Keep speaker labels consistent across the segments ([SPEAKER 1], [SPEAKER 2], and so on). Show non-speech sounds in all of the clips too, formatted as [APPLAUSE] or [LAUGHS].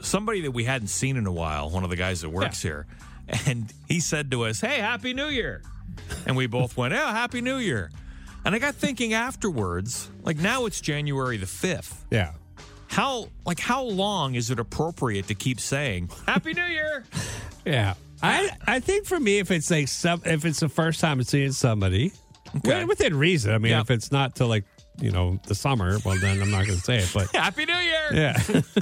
[SPEAKER 1] somebody that we hadn't seen in a while, one of the guys that works here, and he said to us, Hey, Happy New Year. And we both went, Oh, Happy New Year. And I got thinking afterwards, like now it's January the 5th.
[SPEAKER 2] Yeah.
[SPEAKER 1] How like how long is it appropriate to keep saying Happy New Year?
[SPEAKER 2] Yeah. I I think for me, if it's like some, if it's the first time seeing somebody,
[SPEAKER 1] Okay.
[SPEAKER 2] wi- within reason. I mean,
[SPEAKER 1] Yeah.
[SPEAKER 2] if it's not till like you know the summer, well then I'm not going to say it. But
[SPEAKER 1] [LAUGHS] [LAUGHS] Happy New Year.
[SPEAKER 2] yeah. [LAUGHS]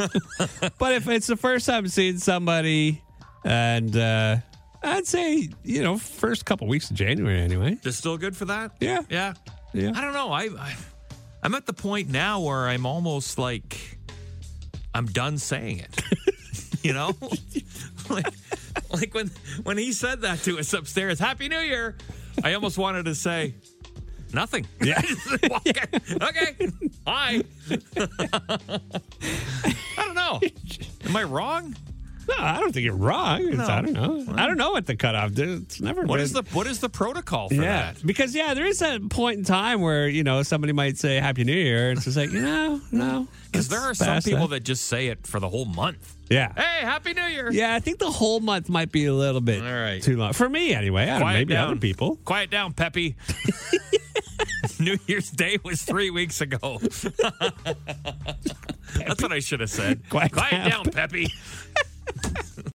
[SPEAKER 2] but if it's the first time seeing somebody, and uh I'd say you know first couple weeks of January anyway.
[SPEAKER 1] They're still good for that?
[SPEAKER 2] Yeah.
[SPEAKER 1] Yeah.
[SPEAKER 2] Yeah.
[SPEAKER 1] I don't know. I, I I'm at the point now where I'm almost like I'm done saying it. you know? [LAUGHS] like like when when he said that to us upstairs, Happy New Year, I almost wanted to say nothing. Yeah. [LAUGHS] okay. okay. Hi. I don't know. Am I wrong?
[SPEAKER 2] No, I don't think you're wrong. It's-
[SPEAKER 1] No.
[SPEAKER 2] I don't know. I don't know what the cutoff. is. It's never.
[SPEAKER 1] What
[SPEAKER 2] been-
[SPEAKER 1] is the what is the protocol for
[SPEAKER 2] Yeah,
[SPEAKER 1] that?
[SPEAKER 2] because yeah, there is a point in time where you know somebody might say Happy New Year. It's just like you know,
[SPEAKER 1] [LAUGHS]
[SPEAKER 2] no,
[SPEAKER 1] Because there are
[SPEAKER 2] let's
[SPEAKER 1] some
[SPEAKER 2] pass
[SPEAKER 1] people that just say it for the whole month.
[SPEAKER 2] Yeah.
[SPEAKER 1] Hey, Happy New Year.
[SPEAKER 2] Yeah, I think the whole month might be a little bit
[SPEAKER 1] All right.
[SPEAKER 2] too long for me anyway. I don't know,
[SPEAKER 1] Quiet
[SPEAKER 2] maybe
[SPEAKER 1] down.
[SPEAKER 2] other people.
[SPEAKER 1] Quiet down,
[SPEAKER 2] [LAUGHS]
[SPEAKER 1] Peppy. New Year's Day was three weeks ago. [LAUGHS] That's what I should have said.
[SPEAKER 2] Quiet down,
[SPEAKER 1] down, Peppy.